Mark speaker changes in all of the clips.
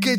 Speaker 1: Keď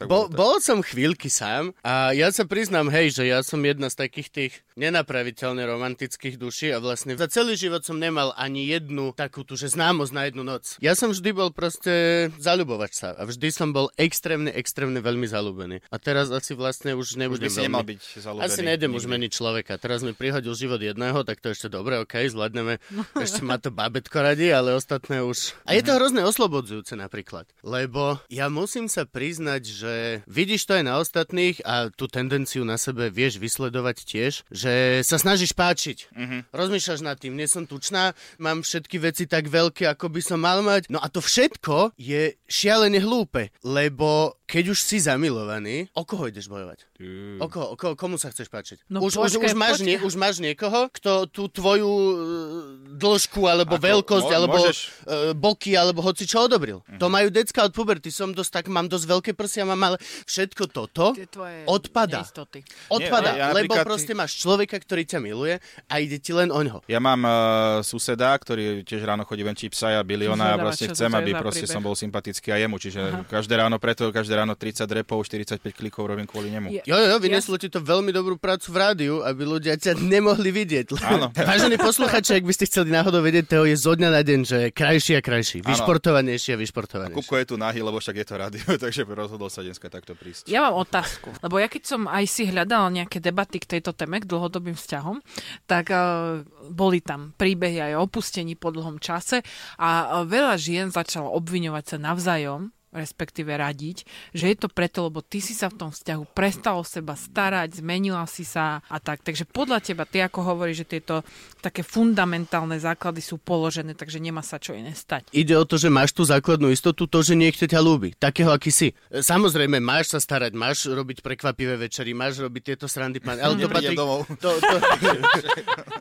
Speaker 2: tak bolo to.
Speaker 3: Bol, bol som chvíľky sám a ja sa priznám, hej, že ja som jedna z takých tých nenapraviteľne romantických duší a vlastne za celý život som nemal ani jednu takú tú, že známosť na jednu noc. Ja som vždy bol proste zaľubovač sa a vždy som bol extrémne, extrémne veľmi zalúbený. A teraz asi vlastne už
Speaker 2: Už
Speaker 3: nebudem
Speaker 2: by si
Speaker 3: veľmi...
Speaker 2: nemal byť zalúbený.
Speaker 3: Asi nejdem už
Speaker 2: nikdy.
Speaker 3: meniť človeka. Teraz mi prihodil život jedného, tak to ešte dobre, ok, zvládneme. Ešte ma to babetko radi, ale ostatné už. A je to hrozne oslobodzujúce napríklad. Lebo ja musím sa priznať, že vidíš to aj na ostatných a tú tendenciu na sebe vieš vysledovať tiež, že sa snažíš páčiť. Rozmýšľaš nad tým, nie som tučná, mám všetky veci tak veľké, ako by som mal mať. No a to všetko je šialene hlúpe, lebo keď už si zamilovaný, o koho ideš bojovať?
Speaker 2: Hm.
Speaker 3: O koho, o koho, komu sa chceš páčiť?
Speaker 4: No
Speaker 3: už,
Speaker 4: počkaj,
Speaker 3: už, už, máš
Speaker 4: počkaj.
Speaker 3: nie, už máš niekoho, kto tú tvoju e, dĺžku, alebo
Speaker 2: Ako,
Speaker 3: veľkosť,
Speaker 2: mo-
Speaker 3: alebo
Speaker 2: môžeš- Mhm.
Speaker 3: e, boky, alebo hoci čo odobril. To majú decka od puberty, som dosť tak, mám dosť veľké prsia, mám ale všetko toto
Speaker 4: Tie tvoje
Speaker 3: odpada.
Speaker 4: neistoty.
Speaker 3: Odpada,
Speaker 2: Nie, ja
Speaker 3: lebo
Speaker 2: napríklad-
Speaker 3: proste máš človeka, ktorý ťa miluje a ide ti len oňho.
Speaker 2: Ja mám uh, suseda, ktorý tiež ráno chodí venčí psa a biliona a
Speaker 4: Zvedáva,
Speaker 2: vlastne
Speaker 4: čo
Speaker 2: chcem,
Speaker 4: to je
Speaker 2: aby
Speaker 4: za
Speaker 2: proste
Speaker 4: príbeh.
Speaker 2: som bol sympatický aj jemu. Čiže Aha. každé ráno preto, každé ráno 30 repov, 45 klikov robím kvôli nemu.
Speaker 4: Je-
Speaker 2: Je.
Speaker 3: Jo, jo, vyneslo ti to veľmi dobrú prácu v rádiu, aby ľudia ťa nemohli vidieť.
Speaker 2: Áno.
Speaker 3: Vážení posluchači, ak by ste chceli náhodou vedieť, Teo je zo dňa na deň, že je krajší a krajší,
Speaker 2: Áno.
Speaker 3: vyšportovanejší a vyšportovanejší.
Speaker 2: Kupko je tu nahý, lebo však je to rádio, takže rozhodol sa dneska takto prísť.
Speaker 4: Ja mám otázku, lebo ja keď som aj si hľadala nejaké debaty k tejto téme, k dlhodobým vzťahom, tak uh, boli tam príbehy aj o opustení po dlhom čase a uh, veľa žien začalo obviňovať sa navzájom, respektíve radiť, že je to preto, lebo ty si sa v tom vzťahu prestalo seba starať, zmenila si sa a tak. Takže podľa teba, ty ako hovoríš, že tieto také fundamentálne základy sú položené, takže nemá sa čo iné stať.
Speaker 3: Ide o to, že máš tú základnú istotu, to, že niekto ťa ľúbi, takého, aký si. E, Samozrejme, máš sa starať, máš robiť prekvapivé večery, máš robiť tieto srandy, pán, ale to patrí...
Speaker 2: Neprídem domov.
Speaker 3: To, to...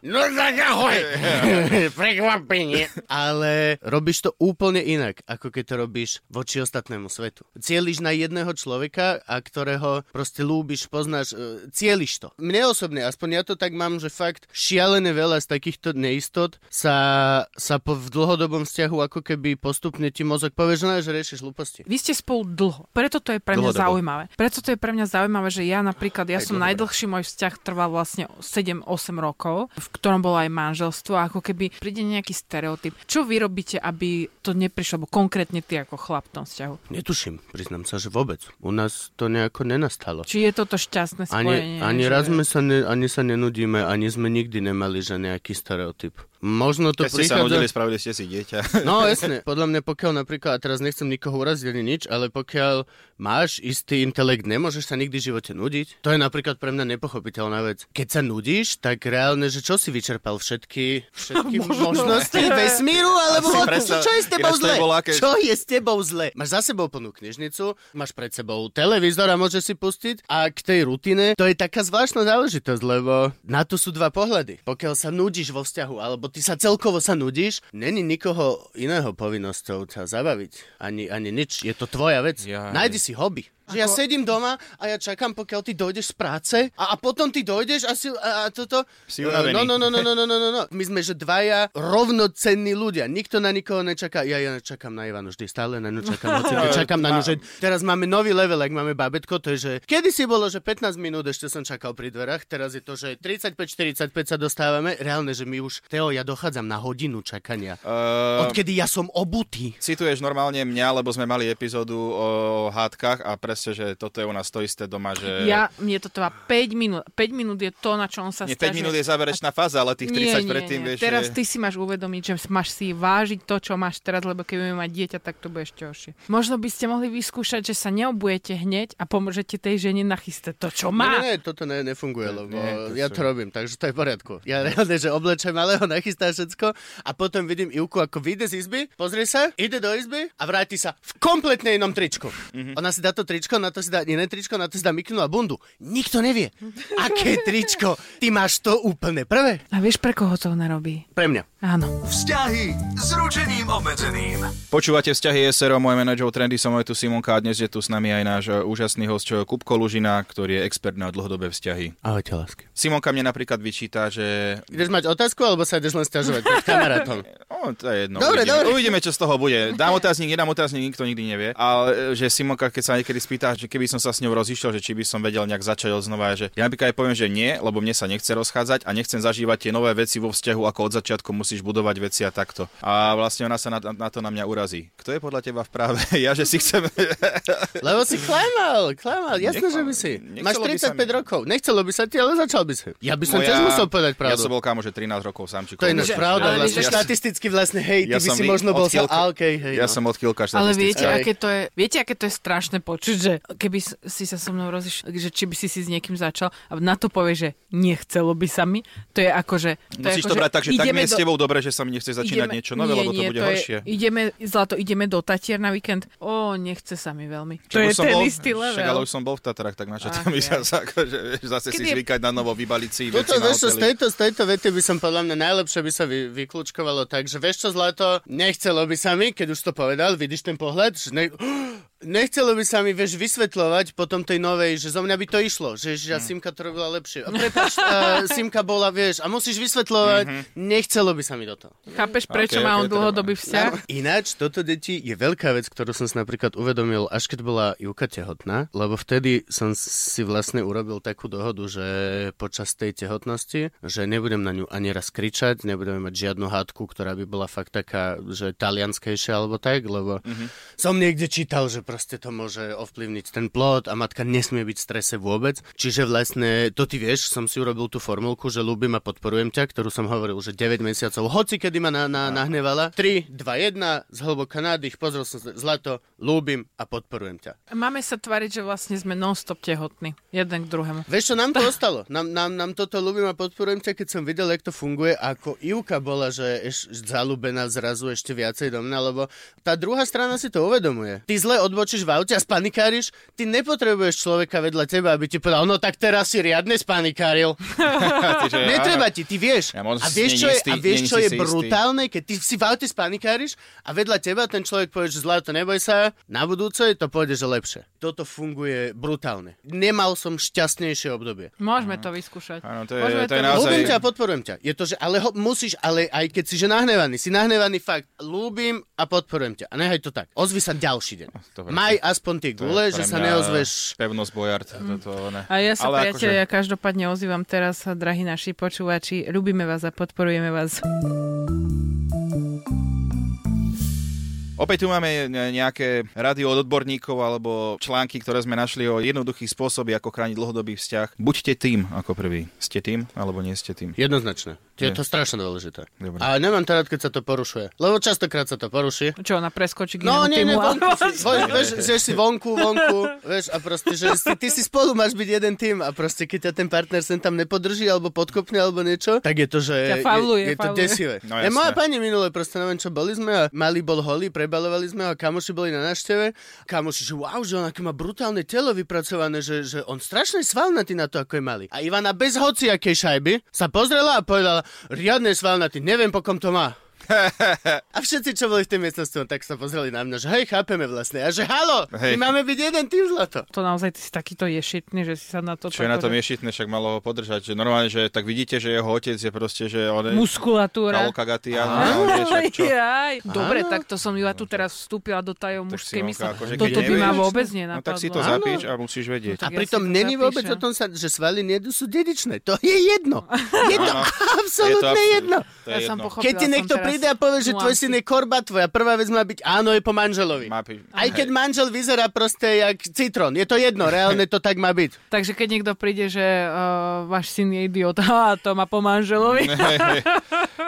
Speaker 3: no tak ahoj! Prekvapenie. Ale robíš to úplne inak, ako keď to robíš voči ostatnému svetu. Cieliš na jedného človeka, a ktorého proste ľúbiš, poznáš, e, cieliš to. Mne osobne, aspoň ja to tak mám, že fakt šialené veľa z takýchto neistot sa, sa po, v dlhodobom vzťahu ako keby postupne ti mozog povie, že, ne, že riešiš hlúposti.
Speaker 4: Vy ste spolu dlho. Preto to je pre mňa
Speaker 2: Dlhodobo.
Speaker 4: zaujímavé. Preto to je pre mňa zaujímavé, že ja napríklad, ja
Speaker 3: Aj
Speaker 4: som
Speaker 3: dlhodobo.
Speaker 4: najdlhší môj vzťah trval vlastne 7-8 rokov, v ktorom bolo aj manželstvo, a ako keby príde nejaký stereotyp. Čo vy robíte, aby to neprišlo, bo konkrétne ty ako chlap v tom vzťahu?
Speaker 3: Netuším, priznám sa, že vôbec. U nás to nejako nenastalo.
Speaker 4: Či je toto šťastné
Speaker 3: Ani,
Speaker 4: spojenie?
Speaker 3: ani
Speaker 4: že-
Speaker 3: raz sme sa, ne, ani sa nenudíme, ani sme nikdy nemali že nejaký stereotyp. Možno
Speaker 2: Keď
Speaker 3: to
Speaker 2: ste sa nudili,
Speaker 3: prichádza...
Speaker 2: spravili ste si dieťa.
Speaker 3: No jasne, podľa mňa pokiaľ napríklad, a teraz nechcem nikoho uraziť ani nič, ale pokiaľ máš istý intelekt, nemôžeš sa nikdy v živote nudiť. To je napríklad pre mňa nepochopiteľná vec. Keď sa nudíš, tak reálne, že čo si vyčerpal všetky, všetky možnosti vesmíru,
Speaker 2: Asi
Speaker 3: alebo ho-
Speaker 2: predstav-
Speaker 3: čo je s
Speaker 2: ináč
Speaker 3: tebou
Speaker 2: to
Speaker 3: zle?
Speaker 2: je bola aké-
Speaker 3: Čo je s tebou zle? Máš za sebou plnú knižnicu, máš pred sebou televízor a môžeš si pustiť a k tej rutine to je taká zvláštna záležitosť, lebo na to sú dva pohľady. Pokiaľ sa nudíš vo vzťahu, alebo ty sa celkovo sa nudíš, není nikoho iného povinnosťou sa zabaviť. Ani, ani nič. Je to tvoja vec.
Speaker 2: Jaj.
Speaker 3: Nájdi si hobby. Že ja sedím doma a ja čakám, pokiaľ ty dojdeš z práce a, a potom ty dojdeš a, si, a, a toto...
Speaker 2: Si unavený.
Speaker 3: No, no, no, no, no, no, no, no, no. My sme, že dvaja rovnocenní ľudia. Nikto na nikoho nečaká. Ja, ja čakám na Ivanu vždy, stále na ňu čakám. Hoci, kde čakám na ňu, že teraz máme nový level, ak máme babetko, to je, že kedy si bolo, že 15 minút ešte som čakal pri dverách, teraz je to, že 35-45 sa dostávame. Reálne, že my už, Teo, ja dochádzam na hodinu čakania.
Speaker 2: Uh,
Speaker 3: Odkedy ja som obutý.
Speaker 2: cituješ normálne mňa, lebo sme mali epizódu o hádkach a presne, že toto je u nás to isté doma, že...
Speaker 4: Ja, mne to trvá 5 minút. 5 minút je to, na čo on sa
Speaker 2: Nie, 5
Speaker 4: stiažuje.
Speaker 2: minút je záverečná fáza, ale tých 30 predtým, vieš...
Speaker 4: Teraz
Speaker 2: je-
Speaker 4: ty si máš uvedomiť, že máš si vážiť to, čo máš teraz, lebo keď budeme mať dieťa, tak to budeš ťažšie. Možno by ste mohli vyskúšať, že sa neobujete hneď a pomôžete tej žene nachystať to, čo
Speaker 3: Nie,
Speaker 4: má.
Speaker 3: nie, nie, toto ne, nefunguje, lebo
Speaker 2: nie, to
Speaker 3: ja
Speaker 2: sú-
Speaker 3: to robím, takže to je v poriadku. Ja reálne, že oblečem malého, nachystá všetko a potom vidím Ivku, ako vyjde z izby, pozrie sa, ide do izby a vráti sa v kompletne inom tričku.
Speaker 2: Mhm.
Speaker 3: Ona si dá to tričko, na to si dá iné tričko, na to si dá mikinu a bundu. Nikto nevie, aké tričko. Ty máš to úplne prvé?
Speaker 4: A vieš, pre koho to ona robí?
Speaker 3: Pre mňa.
Speaker 4: Áno.
Speaker 1: Vzťahy s ručením obmedzeným.
Speaker 2: Počúvate vzťahy SRO, môj manažer Trendy, som aj tu Simonka a dnes je tu s nami aj náš e, úžasný host e, Kupko Lužina, ktorý je expert na dlhodobé vzťahy.
Speaker 3: Ahojte, lásky.
Speaker 2: Simonka mne napríklad vyčíta, že...
Speaker 3: Ideš mať otázku, alebo sa ideš len stiažovať pred kamarátom?
Speaker 2: O, to je jedno.
Speaker 3: Dobre,
Speaker 2: uvidíme.
Speaker 3: dobre.
Speaker 2: uvidíme, čo z toho bude. Dám otáznik, nedám otáznik, nikto nikdy nevie. Ale e, že Simonka, keď sa niekedy spýta, že keby som sa s ňou rozišiel, že či by som vedel nejak začať od znova, že ja napríklad aj poviem, že nie, lebo mne sa nechce rozchádzať a nechcem zažívať tie nové veci vo vzťahu ako od začiatku, musíš budovať veci a takto. A vlastne ona sa na, na to na mňa urazí. Kto je podľa teba v práve? Ja, že si chcem...
Speaker 3: Lebo si klamal, klamal, jasno,
Speaker 2: Nechal-
Speaker 3: že by si.
Speaker 2: nechcelo
Speaker 3: Máš
Speaker 2: by sa
Speaker 3: 35
Speaker 2: mi-
Speaker 3: rokov, nechcelo by sa ti, ale začal by si. Ja by som tiež musel povedať
Speaker 2: Ja som
Speaker 3: pravdu.
Speaker 2: bol kámo, že 13 rokov sám.
Speaker 3: To je ináč
Speaker 4: Že-
Speaker 3: pravda,
Speaker 4: ale
Speaker 3: vlastne
Speaker 4: že-
Speaker 3: štatisticky vlastne, hej, ty by si možno bol sa, a okej, hej.
Speaker 2: Ja
Speaker 3: no.
Speaker 2: som odchýlkaš
Speaker 4: Ale viete
Speaker 3: Aj.
Speaker 4: aké, to je, viete, aké to je strašné počuť, že keby s- si sa so mnou rozišiel, že či by si si s niekým začal a na to povie, že nechcelo by sa mi, to je ako, že... To
Speaker 2: Musíš
Speaker 4: je ako,
Speaker 2: to brať tak, že tak
Speaker 4: ideme
Speaker 2: mi je s tebou dobre, že sa mi nechce začínať niečo nové,
Speaker 4: nie,
Speaker 2: lebo to
Speaker 4: nie,
Speaker 2: bude
Speaker 4: je-
Speaker 2: horšie.
Speaker 4: ideme, zlato, ideme do Tatier na víkend. Ó, nechce sa mi veľmi. To
Speaker 2: Však
Speaker 4: je
Speaker 2: už som
Speaker 4: ten
Speaker 2: bol,
Speaker 4: istý level.
Speaker 2: Však, ale už som bol v Tatrach, tak na čo
Speaker 4: Ach,
Speaker 2: tam
Speaker 4: ja.
Speaker 2: ísť zase, akože, vieš, zase si
Speaker 4: Kedy je-
Speaker 2: zvykať na novo, vybaliť si veci
Speaker 3: Toto,
Speaker 2: na
Speaker 3: vieš čo, z
Speaker 2: hoteli.
Speaker 3: tejto, z tejto vety by som podľa mňa najlepšie by sa vy, vyklúčkovalo tak, že vieš čo, Zlato, nechcelo by sa mi, keď už to povedal, vidíš ten pohľad, že ne, nechcelo by sa mi, vieš, vysvetľovať potom tej novej, že zo mňa by to išlo, že
Speaker 2: Mm.
Speaker 3: ja Simka to robila lepšie. A Prepač, uh, Simka bola, vieš, a musíš vysvetľovať,
Speaker 2: Mhm.
Speaker 3: nechcelo by sa mi do toho.
Speaker 4: Chápeš, prečo
Speaker 2: Ok,
Speaker 4: má
Speaker 2: ok,
Speaker 4: on
Speaker 2: to
Speaker 4: dlhodobý
Speaker 2: dávam.
Speaker 4: vzťah?
Speaker 3: Ináč, toto deti je veľká vec, ktorú som si napríklad uvedomil, až keď bola Juka tehotná, lebo vtedy som si vlastne urobil takú dohodu, že počas tej tehotnosti, že nebudem na ňu ani raz kričať, nebudeme mať žiadnu hádku, ktorá by bola fakt taká, že talianskejšia alebo tak, lebo som niekde čítal, že proste to môže ovplyvniť ten plod a matka nesmie byť v strese vôbec. Čiže vlastne, to ty vieš, som si urobil tú formulku, že ľúbim a podporujem ťa, ktorú som hovoril, že 9 mesiacov, hoci kedy ma na, na, nahnevala. 3, 2, 1, zhlboka nádych, pozrel som sa, zlato, ľúbim a podporujem ťa.
Speaker 4: Máme sa tvariť, že vlastne sme non-stop tehotní. Jeden k druhému.
Speaker 3: Vieš čo, nám to ostalo. Nám, nám, nám toto ľúbim a podporujem ťa, keď som videl, jak to funguje, ako Ivka bola, že eš, zalúbená zrazu ešte viacej do mňa, lebo tá druhá strana si to uvedomuje. Ty zle odbočíš v aute a spanikáriš, ty nepotrebuješ človeka vedľa teba, aby ti povedal, no tak teraz si riadne spanikáril.
Speaker 2: Čiže, áno.
Speaker 3: Netreba ti, ty vieš.
Speaker 2: Ja moc
Speaker 3: a vieš, čo
Speaker 2: není
Speaker 3: je, a
Speaker 2: istý-
Speaker 3: vieš,
Speaker 2: není
Speaker 3: čo
Speaker 2: si
Speaker 3: je
Speaker 2: si istý.
Speaker 3: brutálne, keď ty si v aute spanikáriš a vedľa teba ten človek povie, že zlato, neboj sa, na budúce to pôjde, že lepšie. Toto funguje brutálne. Nemal som šťastnejšie obdobie.
Speaker 4: Môžeme to vyskúšať.
Speaker 2: Áno, to je-
Speaker 4: Môžeme
Speaker 2: to je naozaj-
Speaker 3: Ľúbim ťa a podporujem ťa. Je to, že ale ho, musíš, ale aj keď si že nahnevaný, si nahnevaný fakt, ľúbim a podporujem ťa. A nehaj to tak. Ozvi sa ďalší deň.
Speaker 2: Dobre.
Speaker 3: Maj aspoň tie
Speaker 2: To je
Speaker 3: gule,
Speaker 2: pre
Speaker 3: že sa
Speaker 2: mňa
Speaker 3: neozveš.
Speaker 2: Pevnosť Bojard, toto ne.
Speaker 4: Mm. A ja sa,
Speaker 2: Ale
Speaker 4: priatelia, akože... každopádne ozývam teraz, drahí naši počúvači. Ľubíme vás a podporujeme vás.
Speaker 2: Opäť tu máme ne- nejaké rady od odborníkov alebo články, ktoré sme našli o jednoduchých spôsoby, ako chrániť dlhodobý vzťah. Buďte tým ako prvý. Ste tým alebo nie ste tým.
Speaker 3: Jednoznačne. Je
Speaker 2: Je.
Speaker 3: to strašne dôležité.
Speaker 2: Dobre.
Speaker 3: A nemám to rád, keď sa to porušuje. Lebo častokrát sa to poruší.
Speaker 4: Čo, ona preskočí k
Speaker 3: No,
Speaker 4: inému
Speaker 3: nie,
Speaker 4: týmu?
Speaker 3: nie,
Speaker 4: ale-
Speaker 3: vonku, si- vo- vieš, že si vonku, vonku, vieš, a proste, že si, ty si spolu máš byť jeden tým a proste, keď ťa ten partner sem tam nepodrží, alebo podkopne, alebo niečo, tak je to, že
Speaker 4: Ťa fauluje,
Speaker 3: je, je to
Speaker 4: fauluje.
Speaker 3: desivé.
Speaker 2: No,
Speaker 3: ja,
Speaker 2: jasné.
Speaker 3: E, moja pani minule, proste neviem, čo boli sme a malý bol holý, prebalovali sme ho a kamoši boli na návšteve. Kamoši, že wow, že on aké má brutálne telo vypracované, že, že on strašne je svalnatý na to, ako je malý. A Ivana bez hociakej šajby sa pozrela a povedala, riadne je svalnatý, neviem, po kom to má. A všetci, čo boli v tej miestnosti, no, tak sa pozreli na mňa, že hej, chápeme vlastne. A že halo, hej.
Speaker 2: Hej.
Speaker 3: my máme byť jeden tým zlato.
Speaker 4: To naozaj, ty si takýto ješitný, že si sa na to... akože
Speaker 2: Čo je na tom
Speaker 4: že-
Speaker 2: ješitné, však malo ho podržať. Že normálne, že tak vidíte, že jeho otec je proste, že on je...
Speaker 4: Muskulatúra.
Speaker 2: Kalokagatia.
Speaker 4: Aj, aj. Dobre, tak to som ja tu teraz vstúpila do tajom
Speaker 2: Tak si
Speaker 4: mužskej
Speaker 2: vonka,
Speaker 4: mysle.
Speaker 2: akože keď
Speaker 4: Toto by ma
Speaker 2: nevieš,
Speaker 4: vôbec
Speaker 2: No
Speaker 4: nenapadlo.
Speaker 2: tak si to
Speaker 4: Áno.
Speaker 2: zapíš a musíš vedieť.
Speaker 3: A
Speaker 4: Tak ja
Speaker 3: pritom
Speaker 4: si to
Speaker 3: není
Speaker 4: zapíšem.
Speaker 3: vôbec o tom, sa, že svaly nie sú dedičné. To je jedno. Jedno,
Speaker 2: Áno.
Speaker 3: absolútne
Speaker 2: abs-
Speaker 3: jedno.
Speaker 2: To
Speaker 4: Ja
Speaker 2: je
Speaker 4: som
Speaker 2: jedno.
Speaker 4: pochopila
Speaker 3: Keď ti
Speaker 4: som
Speaker 3: niekto
Speaker 4: teraz
Speaker 3: príde a povie, že tvoj
Speaker 4: nuancy.
Speaker 3: syn je korba, tvoja prvá vec má byť áno, je po manželovi.
Speaker 2: Má pi-
Speaker 3: Aj keď manžel vyzerá proste jak citrón. Je to jedno, reálne to tak má byť.
Speaker 4: Takže keď niekto príde, že uh, váš syn je idiot, a to má po manželovi.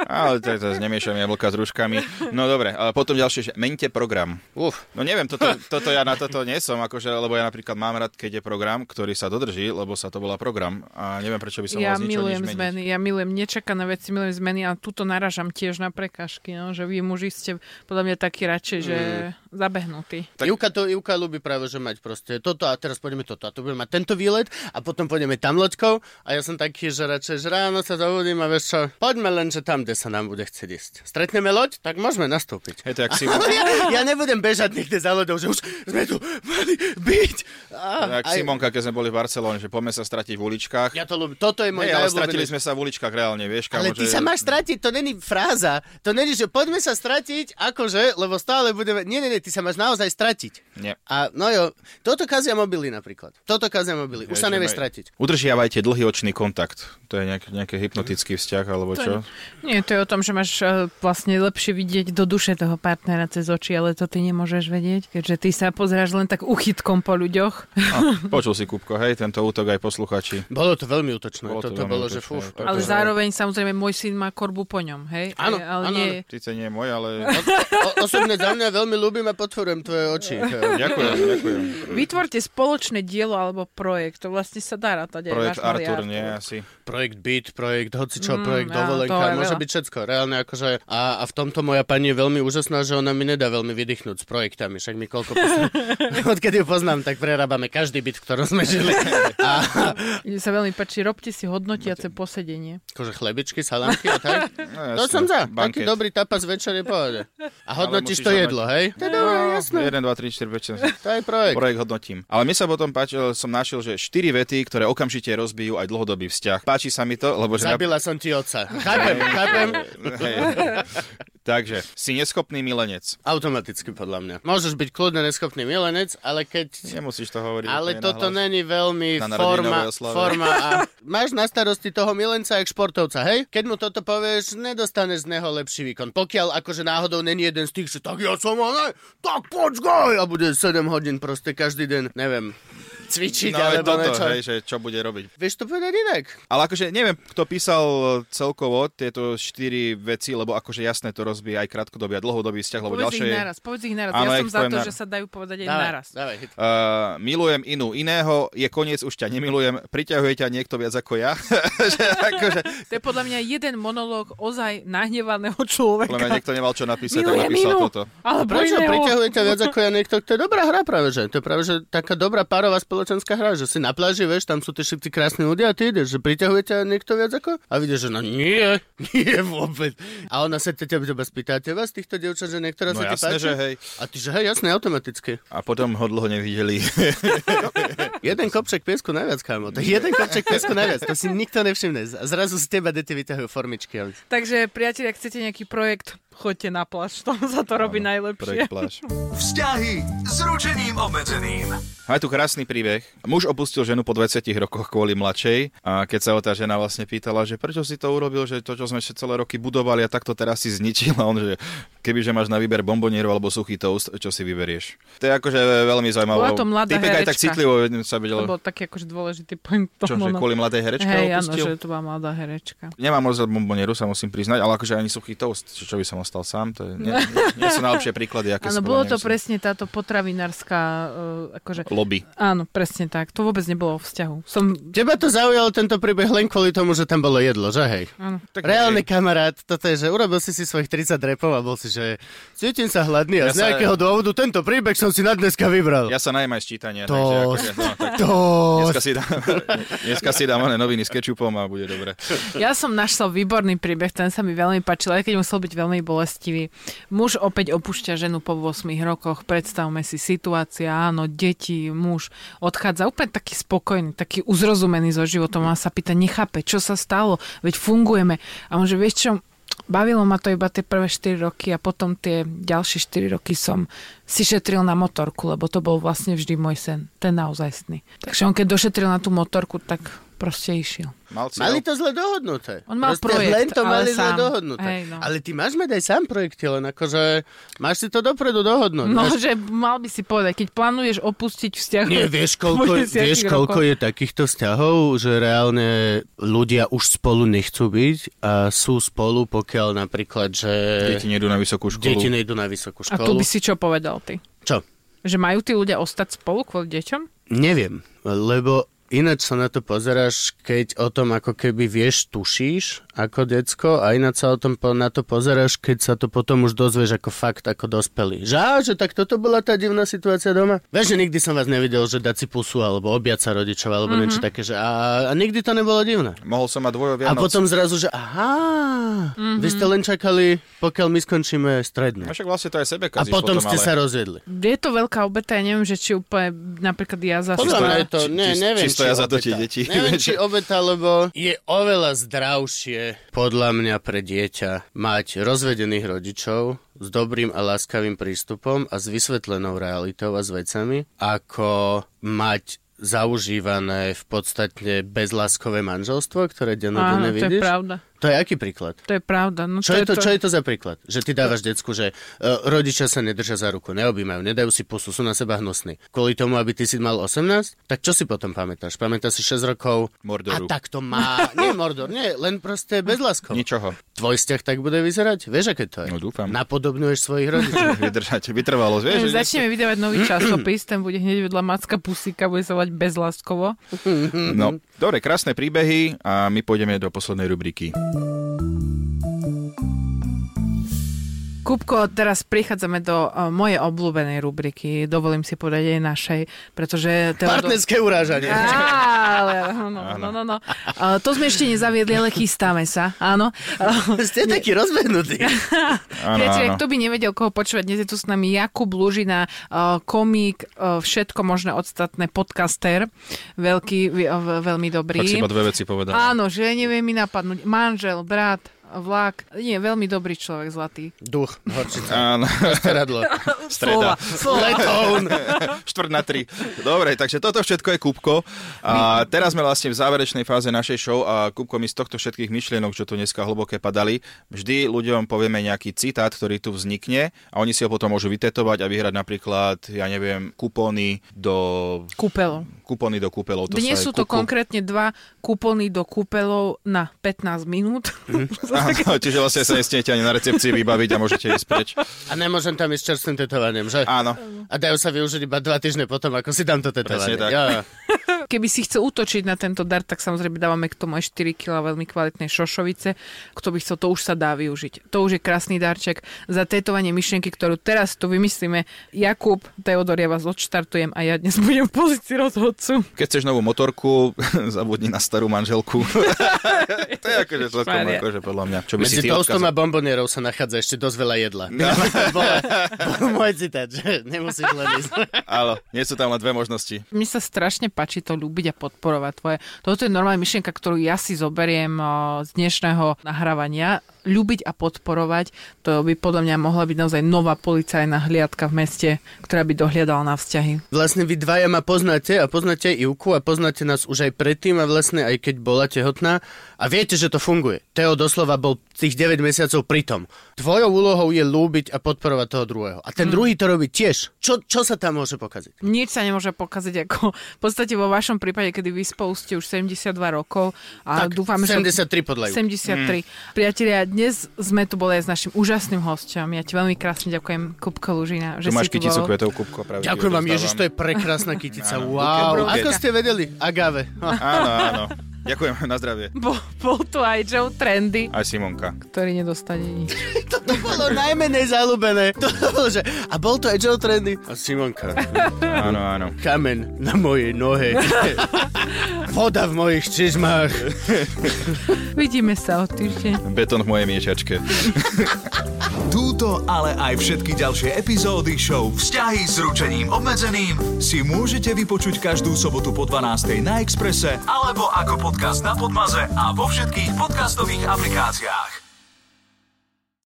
Speaker 2: Ale to, to nemiešam jablka s ruškami. No dobre, ale potom ďalšie, že mente program.
Speaker 3: Uf.
Speaker 2: No neviem, toto, toto ja na toto nie som, akože, lebo ja napríklad mám rád, keď je program, ktorý sa dodrží, lebo sa to volá program a neviem, prečo by som
Speaker 4: Ja
Speaker 2: mal z ničoho
Speaker 4: milujem
Speaker 2: nič meniť.
Speaker 4: zmeny, ja milujem nečakané veci, milujem zmeny a tuto naražam tiež na prekažky, no, že vy muži ste podľa mňa takí radšej, že
Speaker 2: Mm.
Speaker 4: zabehnutí.
Speaker 3: Tak... Juka to, Juka ľubí práve, že mať proste toto a teraz pôjdeme toto a tu budeme mať tento výlet a potom pôjdeme tam loďkou a ja som taký, že radšej, že ráno sa zobudím a vieš čo, poďme len, že tam, kde sa nám bude chcieť ísť. Stretneme loď, tak môžeme nastúpiť.
Speaker 2: Je to jak Simon,
Speaker 3: Ale ja, ja nebudem bežať niekde za loďou, že už sme tu mali byť. Á,
Speaker 2: jak
Speaker 3: aj-
Speaker 2: Simonka, keď sme boli v Barcelóne, že poďme sa stratiť v uličkách.
Speaker 3: Ja to ľúbim, toto je môj
Speaker 2: Hej, ale
Speaker 3: najobľúbený-
Speaker 2: stratili sme sa v uličkách reálne, vieš, kamo,
Speaker 3: Ale ty
Speaker 2: že...
Speaker 3: sa máš stratiť, to není fráza, to To není, že poďme sa stratiť, akože, lebo stále budeme... Nie, nie, nie, ty sa máš naozaj stratiť.
Speaker 2: Nie.
Speaker 3: A no jo, toto kazia mobily napríklad. Toto kazia mobily. Už sa
Speaker 2: Že
Speaker 3: nevieš
Speaker 2: maj-
Speaker 3: stratiť.
Speaker 2: Udržiavajte dlhý očný kontakt. To je nejak, nejaký hypnotický vzťah, alebo čo?
Speaker 4: Nie, to je o tom, že máš eh, vlastne lepšie vidieť do duše toho partnera cez oči, ale to ty nemôžeš vedieť, keďže ty sa pozráš len tak uchytkom po ľuďoch.
Speaker 2: No, počul si, Kupko, hej, tento útok aj posluchači.
Speaker 3: Bolo to veľmi útočné.
Speaker 2: Bolo to
Speaker 3: Toto
Speaker 2: veľmi
Speaker 3: bolo, že
Speaker 2: útočné,
Speaker 3: fuf.
Speaker 2: toto-
Speaker 4: Ale
Speaker 2: Takže-
Speaker 4: zároveň samozrejme môj syn má korbu po ňom, hej?
Speaker 3: Áno,
Speaker 4: Eh, ale
Speaker 3: áno,
Speaker 4: nie,
Speaker 2: Sice nie je môj, ale...
Speaker 3: O, osobne za mňa veľmi ľúbim a podporujem tvoje oči.
Speaker 2: Ďakujem, ďakujem.
Speaker 4: Vytvorte spoločné dielo alebo projekt, to vlastne sa dá rátať aj váš
Speaker 2: Projekt
Speaker 4: malý
Speaker 2: Artur, nie asi.
Speaker 3: Projekt byt, projekt hocičo,
Speaker 4: Mm,
Speaker 3: mm, projekt
Speaker 4: áno, to
Speaker 3: dovolenka,
Speaker 4: je
Speaker 3: môže
Speaker 4: veľa.
Speaker 3: byť všetko. Reálne akože, a, a v tomto moja pani je veľmi úžasná, že ona mi nedá veľmi vydýchnuť s projektami, však mi koľko poznám. Odkedy ju poznám, tak prerábame každý byt, v ktorom sme žili. A
Speaker 4: Mne sa veľmi páči, robte si hodnotiace posedenie.
Speaker 3: akože chlebičky, salámky a tak.
Speaker 2: No,
Speaker 3: To
Speaker 2: jasné,
Speaker 3: som za. Taký
Speaker 2: Banket.
Speaker 3: dobrý tapas večer je pohode. A
Speaker 2: musíš
Speaker 3: hodnotíš
Speaker 2: Hm.
Speaker 3: to
Speaker 2: hodnotiť.
Speaker 3: jedlo, hej? To je dobré,
Speaker 4: No,
Speaker 3: jasné.
Speaker 2: 1, 2, 3, 4, 5, 6.
Speaker 3: To je projekt.
Speaker 2: Projekt hodnotím. Ale mne sa potom páčil, som našiel, že 4 vety, ktoré okamžite rozbijú aj dlhodobý vzťah. Páči sa mi to, lebo že...
Speaker 3: Zabila som ti oca. Chápem, chápem.
Speaker 2: Hej. Takže, si neschopný milenec.
Speaker 3: Automaticky podľa mňa. Môžeš byť kľudne neschopný milenec, ale keď...
Speaker 2: Nemusíš to hovoriť.
Speaker 3: Ale
Speaker 2: úplne
Speaker 3: toto
Speaker 2: nahlas.
Speaker 3: není veľmi
Speaker 2: Na
Speaker 3: forma,
Speaker 2: narodeninovej oslave.
Speaker 3: forma a máš na starosti toho milenca jak športovca, hej? Keď mu toto povieš, nedostaneš z neho lepší výkon. Pokiaľ akože náhodou není jeden z tých, že tak ja som ale, tak počkaj! A bude 7 hodín proste každý deň, neviem,
Speaker 2: No,
Speaker 3: cvičiť
Speaker 2: ale
Speaker 3: alebo
Speaker 2: toto,
Speaker 3: niečo.
Speaker 2: hej, že čo bude robiť.
Speaker 3: Vieš to povedať inak?
Speaker 2: Ale akože neviem, kto písal celkovo tieto štyri veci, lebo akože jasné to rozbije aj krátkodobý a dlhodobý vzťah, lebo
Speaker 4: Povedz ich
Speaker 2: ďalšie je... eh,
Speaker 4: naraz, povedz ich naraz. ja
Speaker 2: Áno, ja
Speaker 4: som
Speaker 2: ich
Speaker 4: za
Speaker 2: poviem
Speaker 4: to,
Speaker 2: naraz.
Speaker 4: že sa dajú povedať aj
Speaker 3: Dávaj,
Speaker 4: naraz.
Speaker 3: Dávaj, hit.
Speaker 2: Uh, milujem inú iného, je koniec, už ťa nemilujem, priťahuje ťa niekto viac ako ja. že
Speaker 4: To
Speaker 2: akože,
Speaker 4: je podľa mňa jeden monológ ozaj nahnevaného človeka.
Speaker 2: podľa mňa niekto nemal čo napísať, tak
Speaker 4: Milujem
Speaker 2: napísal
Speaker 4: inú,
Speaker 2: toto.
Speaker 4: Alebo
Speaker 3: Prečo
Speaker 4: iného.
Speaker 3: priťahuje ťa viac ako ja niekto? To je dobrá hra práve, že? To je práve, že taká dobrá párová spoločenská hra, že si na pláži, vieš, tam sú tie všetci krásni ľudia a ty ideš, že priťahuje ťa niekto viac ako? A vidíš, že no nie, nie vôbec. A ona sa ťa teba spýta, a teba z týchto dievčat, že niektorá
Speaker 2: No
Speaker 3: sa ti
Speaker 2: jasné,
Speaker 3: páči?
Speaker 2: že hej.
Speaker 3: A ty, že hej, jasné, automaticky.
Speaker 2: A potom ho dlho nevideli.
Speaker 3: Jeden kopček piesku najviac, kámo. To je jeden kopček piesku najviac, to si nikto nevšimne. A zrazu z teba deti vyťahujú formičky. ale-
Speaker 4: Takže priatelia, ak chcete nejaký projekt, choďte na pláž, tam sa to robí najlepšie.
Speaker 2: Projekt pláž.
Speaker 1: Vzťahy s ručením obmedzeným.
Speaker 2: Má tu krásny príbeh. Muž opustil ženu po 20 rokoch kvôli mladšej a keď sa ho tá žena vlastne pýtala, že prečo si to urobil, že to, čo sme ešte celé roky budovali a takto teraz si zničil a on, že kebyže máš na výber bombonieru alebo suchý toast, čo si vyberieš. To je akože veľmi zaujímavé.
Speaker 4: Bola to mladá
Speaker 2: Týpek aj tak
Speaker 4: herečka.
Speaker 2: citlivo sa vedel,
Speaker 4: To bol taký akože dôležitý point
Speaker 2: čo,
Speaker 4: tomu.
Speaker 2: že
Speaker 4: no.
Speaker 2: kvôli mladej herečke
Speaker 4: Hej, áno,
Speaker 2: opustil.
Speaker 4: že to bola mladá herečka.
Speaker 2: Nemám moc rád bombonieru, sa musím priznať, ale akože ani suchý toast, čo, čo by som ostal sám, to je, nie, nie, nie sú najlepšie príklady, aké
Speaker 4: Áno,
Speaker 2: sú,
Speaker 4: bolo
Speaker 2: podľa mňa,
Speaker 4: to
Speaker 2: že sú-
Speaker 4: presne táto potravinárska, uh, akože,
Speaker 2: Lobby.
Speaker 4: áno, presne tak. To vôbec nebolo o vzťahu. Som,
Speaker 3: Teba to zaujalo tento príbeh len kvôli tomu, že tam bolo jedlo, že hej?
Speaker 4: áno.
Speaker 3: Tak Reálny kamarát, toto je, že urobil si si svojich 30 repov a bol si, že cítim sa hladný a
Speaker 2: Ja
Speaker 3: z
Speaker 2: sa-
Speaker 3: nejakého dôvodu tento príbeh som si na dneska vybral.
Speaker 2: Ja sa najem aj z čítania,
Speaker 3: To-
Speaker 2: takže akože, no, tak
Speaker 3: To...
Speaker 2: Dneska si, dám, dneska si dám oné noviny s kečupom a bude dobre.
Speaker 4: Ja som našla výborný príbeh, ten sa mi veľmi páčil, aj keď musel byť veľmi bolestivý. Muž opäť opúšťa ženu po 8 rokoch, predstavme si situácia, áno, deti, muž odchádza úplne taký spokojný, taký uzrozumený so životom a sa pýta, nechápe, čo sa stalo, veď fungujeme. A on že, vieš čo, bavilo ma to iba tie prvé 4 roky a potom tie ďalšie 4 roky som si šetril na motorku, lebo to bol vlastne vždy môj sen, ten naozaj sny. Takže on keď došetril na tú motorku, tak proste išiel.
Speaker 2: Mal si
Speaker 3: Mali to zle dohodnuté.
Speaker 4: On mal
Speaker 3: Proste
Speaker 4: projekt,
Speaker 3: len to
Speaker 4: ale
Speaker 3: mali zle
Speaker 4: sám.
Speaker 3: dohodnuté.
Speaker 4: Hej, no.
Speaker 3: Ale ty máš mať aj sám projekty, len akože máš si to dopredu dohodnúť.
Speaker 4: No,
Speaker 3: Máš-
Speaker 4: že mal by si povedať, keď plánuješ opustiť vzťah...
Speaker 3: Nie, vieš, koľko,
Speaker 4: po 10
Speaker 3: vieš, koľko
Speaker 4: rokoch.
Speaker 3: je takýchto vzťahov, že reálne ľudia už spolu nechcú byť a sú spolu, pokiaľ napríklad, že
Speaker 2: deti nejdu na vysokú školu.
Speaker 3: deti nejdu na vysokú
Speaker 4: A tu
Speaker 3: školu.
Speaker 4: by si čo povedal ty?
Speaker 3: Čo?
Speaker 4: Že majú tí ľudia ostať spolu kvôli deťom?
Speaker 3: Neviem, lebo ináč sa na to pozeráš, keď o tom ako keby vieš, tušíš ako decko a ináč sa o tom po, na to pozeráš, keď sa to potom už dozvieš ako fakt, ako dospelý. Že, á, že tak toto bola tá divná situácia doma? Vieš, že nikdy som vás nevidel, že dať si pusu alebo objať sa rodičov alebo mm-hmm. niečo také, že a, a nikdy to nebolo divné.
Speaker 2: Mohol som mať dvojo
Speaker 3: A
Speaker 2: Vianoc.
Speaker 3: potom zrazu, že aha, mm-hmm. vy ste len čakali, pokiaľ my skončíme strednú.
Speaker 2: A však vlastne to aj sebe
Speaker 3: A
Speaker 2: kazíš
Speaker 3: potom, ste
Speaker 2: ale...
Speaker 3: sa rozvedli.
Speaker 4: Je to veľká obeta, ja neviem, že či úplne, napríklad ja za
Speaker 3: Podľa mňa no je to,
Speaker 2: Či-
Speaker 3: ne,
Speaker 2: či-
Speaker 3: neviem,
Speaker 2: či stoja
Speaker 3: či
Speaker 2: za to tie
Speaker 3: obeta.
Speaker 2: deti.
Speaker 3: Neviem, či obeta, lebo je oveľa zdravšie podľa mňa pre dieťa mať rozvedených rodičov s dobrým a láskavým prístupom a s vysvetlenou realitou a s vecami, ako mať zaužívané v podstate bezláskové manželstvo, ktoré
Speaker 4: Áno, to
Speaker 3: dennodenne
Speaker 4: je
Speaker 3: vidíš.
Speaker 4: pravda.
Speaker 3: to je aký príklad?
Speaker 4: To je pravda. No,
Speaker 3: Čo je, to, čo je to za príklad? Že ty dávaš decku, že e, rodičia sa nedržia za ruku, neobímajú, nedajú si pusu, sú na seba hnusní. Kvôli tomu, aby ty si mal 18, tak čo si potom pamätáš? Pamätáš si 6 rokov
Speaker 2: Mordoru.
Speaker 3: a tak to má. Nie Mordor, nie, len
Speaker 2: Hm,
Speaker 3: proste bez láskov.
Speaker 2: Ničoho.
Speaker 3: Tvoj vzťah tak bude vyzerať? Vieš, aké to je?
Speaker 2: No, dúfam.
Speaker 3: Napodobňuješ svojich rodičov.
Speaker 2: Vydržať, vytrvalosť,
Speaker 4: Hm,
Speaker 2: vieš? že-
Speaker 4: Začneme vydávať nový časopis, ten bude hneď vedľa Macka Pusika, bude sa volať Bezláskovo.
Speaker 2: No, dobre, krásne príbehy a my pôjdeme do poslednej rubriky.
Speaker 4: Kupko, teraz prichádzame do uh, mojej obľúbenej rubriky, dovolím si povedať aj našej, pretože... Teodor-
Speaker 3: Partnerské urážanie.
Speaker 4: Ale, áno, no, no, no. Uh, to sme ešte nezaviedli, ale chystáme sa, áno. Uh,
Speaker 3: Ste takí rozbehnutí.
Speaker 2: Áno,
Speaker 4: Priatelia,
Speaker 2: áno.
Speaker 4: kto by nevedel, koho počúvať, dnes je tu s nami Jakub Lužina, uh, komik, uh, všetko možné odstatné, podcaster, veľký, vy- uh, veľmi dobrý.
Speaker 2: Tak si iba dve veci povedal.
Speaker 4: Áno, že nevie mi napadnúť. Manžel, brat, vlak. Nie, veľmi dobrý človek, zlatý.
Speaker 3: Duch, horčica,
Speaker 2: Áno,
Speaker 3: radlo.
Speaker 4: Slova,
Speaker 2: Streda.
Speaker 4: slova.
Speaker 2: štvrt na tri. Dobre, takže toto všetko je Kupko. A teraz sme vlastne v záverečnej fáze našej show a Kupko, my z tohto všetkých myšlienok, čo tu dneska hlboké padali, vždy ľuďom povieme nejaký citát, ktorý tu vznikne a oni si ho potom môžu vytetovať a vyhrať napríklad, ja neviem, kupóny do
Speaker 4: Kúpelov.
Speaker 2: kupóny do kúpelov.
Speaker 4: Dnes
Speaker 2: sa aj
Speaker 4: sú to
Speaker 2: Kupku-
Speaker 4: konkrétne dva kupóny do kúpelov na 15 minút.
Speaker 2: Mhm. Áno, čiže vlastne sa nesmiete ani na recepcii vybaviť a môžete ísť preč.
Speaker 3: A nemôžem tam ísť s čerstvým tetovaním, že?
Speaker 2: Áno.
Speaker 3: A dajú sa využiť iba dva týždne potom, ako si dám to
Speaker 2: Presne
Speaker 3: tetovanie.
Speaker 2: tak.
Speaker 3: Jo, jo.
Speaker 4: Keby si chcel útočiť na tento dar, tak samozrejme dávame k tomu aj 4 kg veľmi kvalitnej šošovice. Kto by chcel, to už sa dá využiť. To už je krásny darček za tetovanie myšlienky, ktorú teraz tu vymyslíme. Jakub, Teodor, ja vás odštartujem a ja dnes budem v pozícii rozhodcu.
Speaker 2: Keď chceš novú motorku, zabudni na starú manželku. to je akože celkom
Speaker 4: Šmaria.
Speaker 2: akože podľa mňa. Čo by si
Speaker 3: Medzi
Speaker 2: ty
Speaker 3: toastom
Speaker 2: odkázal?
Speaker 3: a bombonierou sa nachádza ešte dosť veľa jedla. To bol, bol môj citát, že nemusíš len ísť.
Speaker 2: Áno, nie sú tam len dve možnosti.
Speaker 4: Mne sa strašne páči to ľúbiť a podporovať tvoje. Toto je normálna myšlienka, ktorú ja si zoberiem o, z dnešného nahrávania. Ľúbiť a podporovať, to by podľa mňa mohla byť naozaj nová policajná hliadka v meste, ktorá by dohliadala na vzťahy.
Speaker 3: Vlastne vy dvaja ma poznáte a poznáte aj Ivku a poznáte nás už aj predtým a vlastne aj keď bola tehotná a viete, že to funguje. Teo doslova bol tých 9 mesiacov pritom. Tvojou úlohou je lúbiť a podporovať toho druhého. A ten druhý to robí tiež. Čo, čo sa tam môže pokaziť?
Speaker 4: Nič sa nemôže pokaziť ako v podstate vo vašom prípade, kedy vy spolu ste už 72 rokov a
Speaker 3: Tak,
Speaker 4: dúfam, že...
Speaker 3: 73 podľa Mm. Ivky.
Speaker 4: 73. Priatelia, dnes sme tu boli aj s našim úžasným hosťom. Ja ti veľmi krásne ďakujem, Kupko Lužina, že
Speaker 2: Tu máš
Speaker 4: si tu
Speaker 2: kyticu
Speaker 4: bol.
Speaker 2: kvetov, Kupko. Práve ti
Speaker 3: Ďakujem vám,
Speaker 2: odovzdávam.
Speaker 3: Ježiš, to je prekrásna kytica.
Speaker 2: Áno,
Speaker 3: Wow.
Speaker 2: buket, buket.
Speaker 3: Ako ste vedeli? Agave. Ha.
Speaker 2: Áno, áno. Ďakujem, na zdravie.
Speaker 4: Bol, bol tu aj Joe Trendy.
Speaker 2: Aj Simonka.
Speaker 4: ktorý nedostane nič.
Speaker 3: Toto bolo najmenej zalúbené. To bolo, že... A bol to aj Joe Trendy. A Simonka.
Speaker 2: Áno, áno.
Speaker 3: Kamen na mojej nohe. Voda v mojich čižmách.
Speaker 4: Vidíme sa o týždeň.
Speaker 2: Betón v mojej miešačke.
Speaker 1: Túto, ale aj všetky ďalšie epizódy show Vzťahy s ručením obmedzeným si môžete vypočuť každú sobotu po 12. na Exprese alebo ako podcast na Podmaze a vo všetkých podcastových aplikáciách.